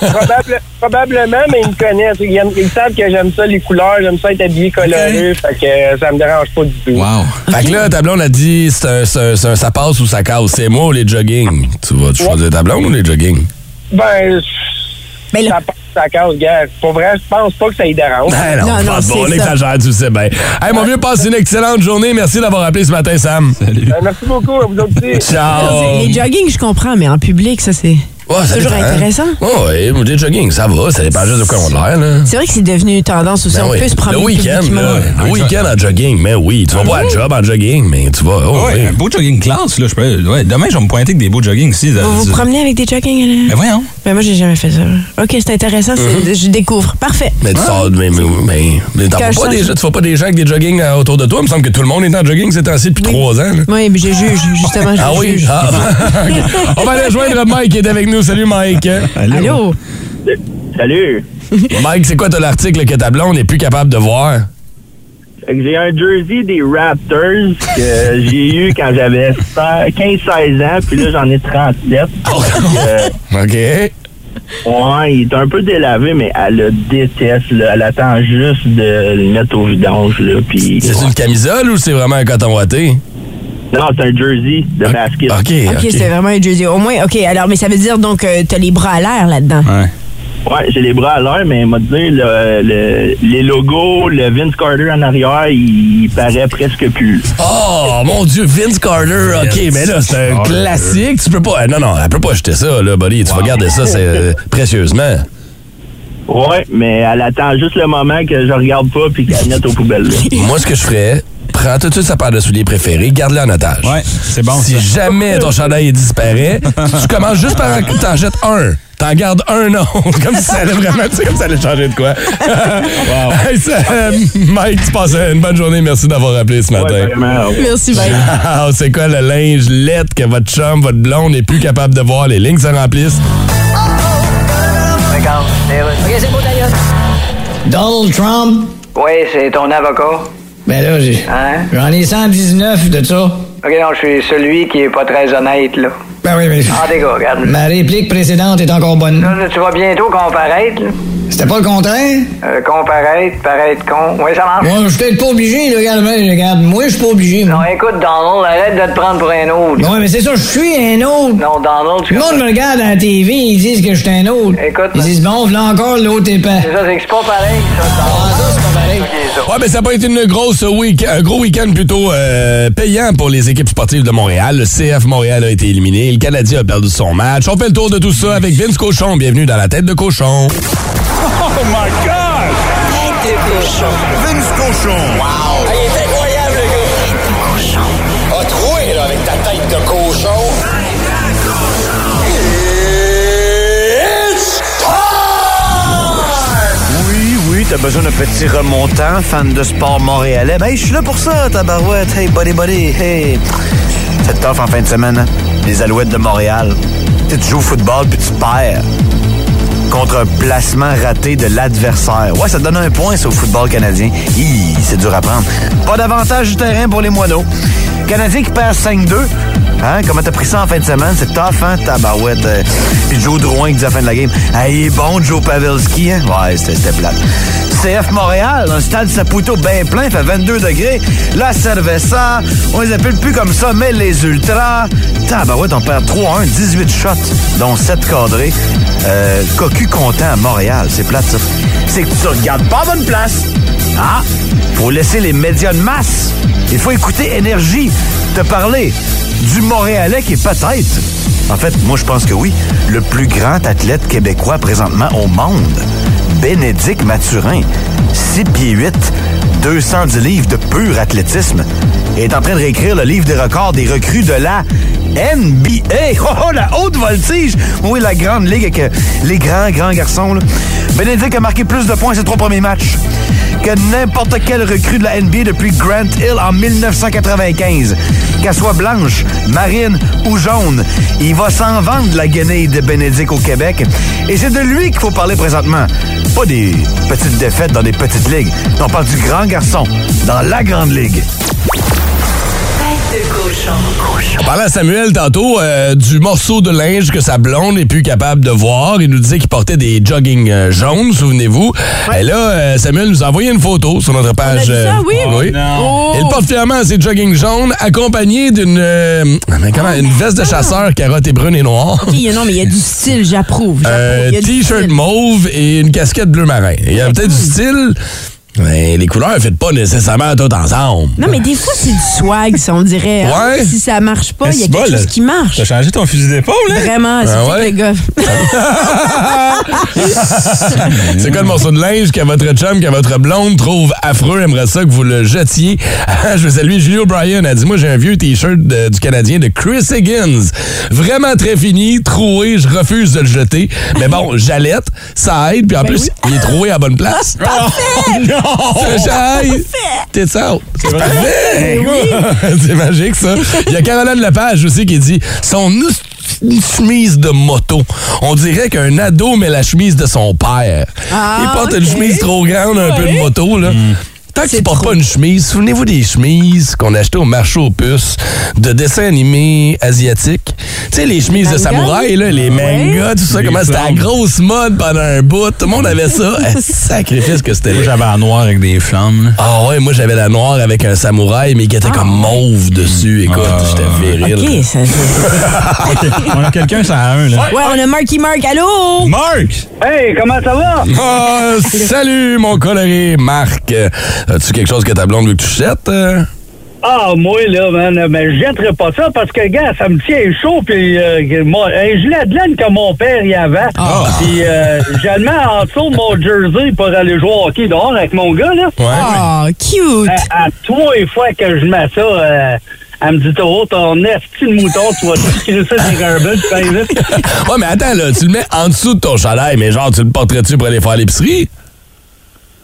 Speaker 6: Probable- probablement, mais ils me connaissent. Ils, aiment- ils savent que j'aime ça, les couleurs. J'aime ça être habillé coloré. Fait que ça me dérange pas du tout.
Speaker 3: Wow. Fait que là, ta blonde a dit, c'est un, c'est un- c'est un- ça passe ou ça casse. C'est moi ou les jogging? Tu vas tu choisir ta blonde ou les jogging?
Speaker 6: Ben,
Speaker 5: Mais là-
Speaker 6: ça passe, ça casse, gars. Pour vrai, je pense pas que ça y dérange.
Speaker 3: Ben non,
Speaker 5: Non, non,
Speaker 3: pense pas,
Speaker 5: c'est
Speaker 3: on
Speaker 5: ça.
Speaker 3: exagère, tu le sais bien. Ben, Hey, mon vieux, passe une excellente journée. Merci d'avoir appelé ce matin, Sam. Salut.
Speaker 6: Euh, merci beaucoup à vous autres aussi.
Speaker 3: Ciao.
Speaker 5: Les jogging, je comprends, mais en public, ça, c'est.
Speaker 3: Ouais, ça
Speaker 5: Toujours
Speaker 3: dépend.
Speaker 5: intéressant.
Speaker 3: Oh, ouais, ou des jogging, ça va. Ça dépend juste de quoi on a l'air, là.
Speaker 5: C'est vrai que c'est devenu une tendance aussi.
Speaker 3: Ben
Speaker 5: on
Speaker 3: oui.
Speaker 5: peut se
Speaker 3: Le
Speaker 5: promener
Speaker 3: week-end,
Speaker 5: publiquement.
Speaker 3: là.
Speaker 4: Ouais,
Speaker 3: Le week-end en jogging, mais Ben oui. Tu vas pas à job en jogging, mais tu vas. oh,
Speaker 4: ouais,
Speaker 3: oui.
Speaker 4: un beau jogging classe. Là, je peux, ouais, demain, je vais me pointer avec des beaux jogging ici. là.
Speaker 5: Vous vous promenez avec des jogging? là?
Speaker 4: Mais voyons.
Speaker 5: Ben moi, j'ai jamais fait ça. OK, c'est intéressant. c'est- Je découvre. Parfait.
Speaker 3: Mhm. Mais tu sors, mais, mais, mais, mais t'en
Speaker 5: Quand
Speaker 3: vois
Speaker 5: je
Speaker 3: pas
Speaker 5: sors-
Speaker 3: des, tu vois pas des gens avec des jogging euh, autour de toi. Il me semble que tout le monde est en jogging ces temps-ci depuis trois ans. là.
Speaker 5: Oui, mais je juge, justement. Je
Speaker 3: Ah oui?
Speaker 5: juge.
Speaker 3: Ah, ok. On va aller rejoindre Mike qui est avec nous. Salut Mike.
Speaker 5: Allô?
Speaker 6: Salut.
Speaker 3: Mike, c'est quoi ton article que ta blonde n'est plus capable de voir?
Speaker 6: Fait que J'ai un jersey des Raptors que j'ai eu quand j'avais 15-16 ans, puis là j'en ai 37. Euh,
Speaker 3: OK.
Speaker 6: ouais, il est un peu délavé, mais elle le déteste. là. Elle attend juste de le mettre au vidange. Là, puis,
Speaker 3: C'est une camisole ou c'est vraiment un coton watté?
Speaker 6: Non, c'est un jersey de basket.
Speaker 3: OK.
Speaker 5: OK, c'est vraiment un jersey. Au moins, OK, alors, mais ça veut dire donc euh, t'as les bras à l'air là-dedans.
Speaker 4: Ouais.
Speaker 6: Ouais, j'ai les bras à l'air, mais m'a dit le, le- les logos, le Vince Carter en arrière, il paraît presque plus.
Speaker 3: Oh, mon Dieu, Vince Carter. OK, mais là, c'est un
Speaker 4: Carter.
Speaker 3: classique. Tu peux pas. Non, non, elle peut pas acheter ça, là, buddy. Tu vas garder ça c'est, euh, précieusement.
Speaker 6: Ouais, mais elle attend juste le moment que je regarde pas puis qu'elle mette aux poubelles. là.
Speaker 3: Moi, ce que je ferais, prends tout de suite sa paire de souliers préférés, garde-les en otage.
Speaker 4: Ouais, c'est bon.
Speaker 3: Si
Speaker 4: ça.
Speaker 3: jamais ton chandail disparaît, tu commences juste par en- t'en jettes un. T'en gardes un autre. Comme si ça allait vraiment, tu sais, comme ça allait changer de quoi. Hey, ça, euh, Mike, tu passes une bonne journée. Merci d'avoir appelé ce
Speaker 6: Ouais,
Speaker 3: matin.
Speaker 6: vraiment.
Speaker 5: Merci, Mike.
Speaker 3: Ah, c'est quoi le linge lettre que votre chum, votre blonde n'est plus capable de voir? Les lignes se remplissent.
Speaker 7: Donald Trump.
Speaker 8: Oui, c'est ton avocat.
Speaker 7: Ben là, j'ai.
Speaker 8: Hein?
Speaker 7: J'en ai 119 de ça.
Speaker 8: Ok, non, je suis celui qui est pas très honnête, là.
Speaker 7: Ben oui, mais.
Speaker 8: En dégâts, regarde.
Speaker 7: Ma réplique précédente est encore bonne.
Speaker 8: Là, tu vas bientôt comparaître, là.
Speaker 7: C'était pas le contraire?
Speaker 8: Euh, comparaître, paraître con. Oui, ça marche.
Speaker 7: Moi, je suis peut-être pas obligé, là, regarde, mais, regarde. Moi, je suis pas obligé,
Speaker 8: Non,
Speaker 7: moi.
Speaker 8: écoute, Donald, arrête de te prendre pour un autre.
Speaker 7: Ouais, mais c'est ça, je suis un autre.
Speaker 8: Non, Donald, tu
Speaker 7: Le monde me regarde à la TV, ils disent que je suis un autre.
Speaker 8: Écoute,
Speaker 7: ils
Speaker 8: mais-
Speaker 7: disent, bon, là encore, l'autre est pas.
Speaker 8: C'est ça, c'est que c'est pas pareil, ça, Donald.
Speaker 7: Ah, ça, c'est pas pareil.
Speaker 8: Ok, ça.
Speaker 3: Ouais, mais ça peut être une grosse week un gros week-end plutôt euh, payant pour les équipes sportives de Montréal. Le CF Montréal a été éliminé. Le Canadien a perdu son match. On fait le tour de tout ça avec Vince Cochon. Bienvenue dans la tête de cochon.
Speaker 2: Oh Ah, il est incroyable, le gars! A troué, là, avec ta tête de cochon! It's
Speaker 9: Oui, oui, t'as besoin d'un petit remontant, fan de sport montréalais. Ben, je suis là pour ça, tabarouette. Hey, buddy, buddy, hey. C'est tough en fin de semaine, hein? Les Alouettes de Montréal. Tu sais, tu joues au football puis tu perds. Contre un placement raté de l'adversaire. Ouais, ça te donne un point, ça, au football canadien. Hi, c'est dur à prendre. Pas d'avantage du terrain pour les moineaux. Canadien qui perd 5-2.
Speaker 6: Hein? Comment t'as pris ça en fin de semaine? C'est tough, hein? Tabarouette. euh. Puis Joe Drouin qui dit à la fin de la game. Hey, il est bon, Joe Pavelski, hein? Ouais, c'était c'était plate. CF Montréal, un stade Saputo bien plein, fait 22 degrés. La Cerveza, on les appelle plus comme ça, mais les Ultras. Tabarouette, on perd 3-1, 18 shots, dont 7 cadrés. Euh, cocu content à Montréal, c'est plate ça. C'est que tu regardes pas à bonne place. Ah, faut laisser les médias de masse. Il faut écouter énergie, te parler du Montréalais qui est peut-être, en fait, moi je pense que oui, le plus grand athlète québécois présentement au monde. Bénédicte Mathurin, 6 pieds 8, 210 livres de pur athlétisme, est en train de réécrire le livre des records des recrues de la NBA. Oh, oh, la haute voltige! Oui, la grande ligue avec euh, les grands, grands garçons. là. Bénédicte a marqué plus de points ses trois premiers matchs que n'importe quelle recrue de la NBA depuis Grant Hill en 1995. Qu'elle soit blanche, marine ou jaune, il va s'en vendre la guenille de Bénédicte au Québec. Et c'est de lui qu'il faut parler présentement. Pas des petites défaites dans des petites ligues. On parle du grand garçon dans la grande ligue.
Speaker 3: On parlait à Samuel tantôt euh, du morceau de linge que sa blonde n'est plus capable de voir. Il nous disait qu'il portait des jogging euh, jaunes, souvenez-vous. Et là, euh, Samuel nous a envoyé une photo sur notre page.
Speaker 5: vu ça,
Speaker 3: euh,
Speaker 5: oui? Oh,
Speaker 3: oui.
Speaker 5: non.
Speaker 3: Il porte fièrement ses jogging jaunes, accompagné d'une euh, mais comment, une veste de chasseur carotte et brune et noire.
Speaker 5: Oh, OK, non, mais il y a du style, j'approuve. j'approuve.
Speaker 3: Euh,
Speaker 5: Il y a du
Speaker 3: T-shirt
Speaker 5: style.
Speaker 3: mauve et une casquette bleu marin. Il y a peut-être du style, mais les couleurs ne faites pas nécessairement tout ensemble.
Speaker 5: Non, mais des fois, c'est du swag, ça, on dirait. hein.
Speaker 3: Ouais.
Speaker 5: Si ça marche pas, il y a quelque chose qui marche.
Speaker 4: T'as changé ton fusil d'épaule, hein?
Speaker 5: Vraiment, c'est
Speaker 3: Ah
Speaker 5: tout
Speaker 3: ouais?
Speaker 5: le gars.
Speaker 3: C'est quoi le morceau de linge que votre chum, que votre blonde trouve affreux, aimerait ça que vous le jetiez? Ah, Je veux saluer Julie O'Brien. Elle dit, moi, j'ai un vieux T-shirt de- du Canadien de Chris Higgins. Vraiment très fini, troué, je refuse de le jeter. Mais bon, j'allaite, ça aide, puis en plus, il est troué à bonne place. Parfait! T'es out. C'est Ben parfait! C'est magique, ça. Il y a Caroline Lepage aussi qui dit son nous- chemise de moto. On dirait qu'un ado met la chemise de son père.
Speaker 5: Ah,
Speaker 3: Il porte une
Speaker 5: ok.
Speaker 3: chemise trop grande, un peu de moto, là. Tant que tu portes pas une chemise, souvenez-vous des chemises qu'on achetait au marché aux puces de dessins animés asiatiques. Tu sais, les chemises de
Speaker 5: mangas?
Speaker 3: samouraï, là, les mangas, tout ça,
Speaker 4: Les
Speaker 3: comment c'était la
Speaker 4: flammes.
Speaker 3: grosse mode pendant un bout. Tout le monde avait ça. Un sacrifice que c'était.
Speaker 4: Moi, j'avais un noir avec des flammes. là.
Speaker 3: Ah ouais, moi j'avais la noire avec un samouraï, mais qui était comme mauve dessus. Écoute,
Speaker 4: Ah.
Speaker 3: j'étais viril.
Speaker 5: Ah OK, ça.
Speaker 4: On a quelqu'un, ça a un, là.
Speaker 5: Ouais, on a Marky Mark, allô?
Speaker 4: Marc!
Speaker 10: Hey, comment ça va?
Speaker 3: Ah, salut mon coloré Marc. Euh, As-tu quelque chose que ta blonde veut que tu jettes? euh?
Speaker 10: Ah, moi, là, man, mais je jetterai pas ça parce que, gars, ça me tient chaud, puis euh, moi, un gilet de laine comme mon père y avait. Puis, euh, je le mets en dessous de mon jersey pour aller jouer au hockey dehors avec mon gars, là.
Speaker 3: Ouais.
Speaker 5: Oh, cute.
Speaker 6: Eh,
Speaker 10: À, à trois fois que je mets ça, euh, elle me dit, oh, ton esti de mouton, tu vas te tirer ça dans les garbage, tu fais vite.
Speaker 3: Ouais, mais attends, là, tu le mets en dessous de ton chandail, mais genre, tu le porterais-tu pour aller faire l'épicerie?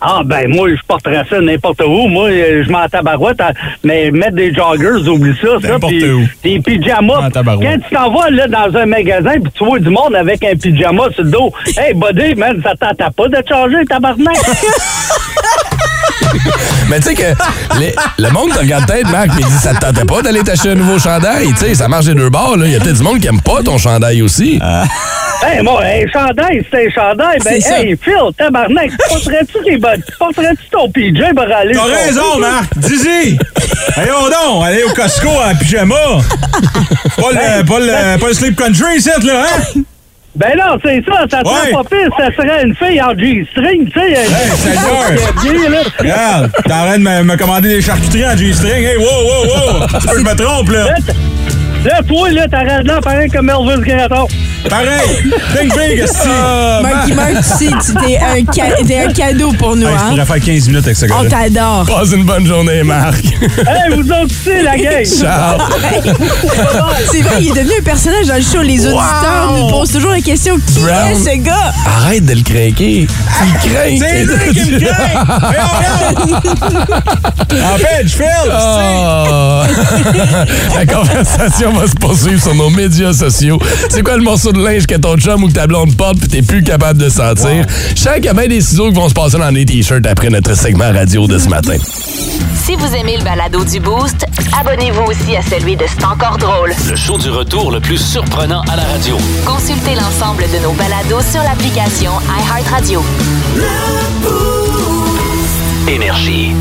Speaker 10: Ah, ben, moi, je porterais ça n'importe où. Moi, euh, je m'en tabarouette. hein. Mais mettre des joggers, oublie ça. ça
Speaker 4: N'importe
Speaker 10: puis
Speaker 4: où.
Speaker 10: Des
Speaker 4: Je m'en
Speaker 10: pyjamas. Quand
Speaker 4: tabarouette.
Speaker 10: tu t'en vas là, dans un magasin puis tu vois du monde avec un pyjama sur le dos, hey, buddy, man, ça t'attend pas de te changer, tabarnak.
Speaker 3: Mais tu sais que les- le monde te regarde peut-être, Marc, mais il dit ça te tentait pas d'aller t'acheter un nouveau chandail. Tu sais, ça marche des deux bords, là. Il y a peut-être du monde qui aime pas ton chandail aussi.
Speaker 10: hey, moi, un chandail, c'est un chandail. Ben,
Speaker 5: C'est ça.
Speaker 10: hey, Phil, tabarnak, tu porterais-tu tes bottes? Tu porterais-tu ton PJ pour aller.
Speaker 4: T'as
Speaker 5: oh.
Speaker 4: raison, Marc! Dis-y! Allons donc! Allez au Costco en pyjama! Pas le, pas le, pas le Sleep Country, c'est là, hein?
Speaker 10: Ben non, c'est ça, ça te
Speaker 4: Ouais.
Speaker 10: rend pas pire. Ça serait une fille en G-string, tu sais.
Speaker 4: Hey, Seigneur! Regarde, t'es en train de me, me commander des charcuteries en G-string. Hey, wow, wow, wow! Tu peux que je me trompe, là!
Speaker 10: Là, toi, là, t'arrêtes là, pareil comme Elvis Graton.
Speaker 4: Pareil! Think big, esti!
Speaker 5: Marky Mark, tu sais, tu t'es un, ca- t'es un cadeau pour nous,
Speaker 4: Hey, je
Speaker 5: hein?
Speaker 4: pourrais faire 15 minutes avec ce
Speaker 5: On
Speaker 4: gars-là.
Speaker 5: t'adore.
Speaker 3: Passe une bonne journée, Marc.
Speaker 10: Hey, Eh, vous autres, c'est la gang!
Speaker 3: Ciao.
Speaker 5: C'est vrai, il est devenu un personnage dans le show. Les auditeurs nous posent toujours la question qui
Speaker 3: Brown.
Speaker 5: est ce gars?
Speaker 3: Arrête de le craquer. Tu
Speaker 4: C'est lui qui me
Speaker 3: le crains.
Speaker 4: craint! En fait, je fais
Speaker 3: Ah. La conversation va se poursuivre sur nos médias sociaux. C'est quoi le morceau de linge que ton chum ou que ta blonde porte puis t'es plus capable de sentir? Chaque y a bien des ciseaux qui vont se passer dans les t-shirts après notre segment radio de ce matin.
Speaker 7: Si vous aimez le balado du Boost, abonnez-vous aussi à celui de C'est encore drôle.
Speaker 2: Le show du retour le plus surprenant à la radio.
Speaker 7: Consultez l'ensemble de nos balados sur l'application iHeartRadio.
Speaker 2: Énergie.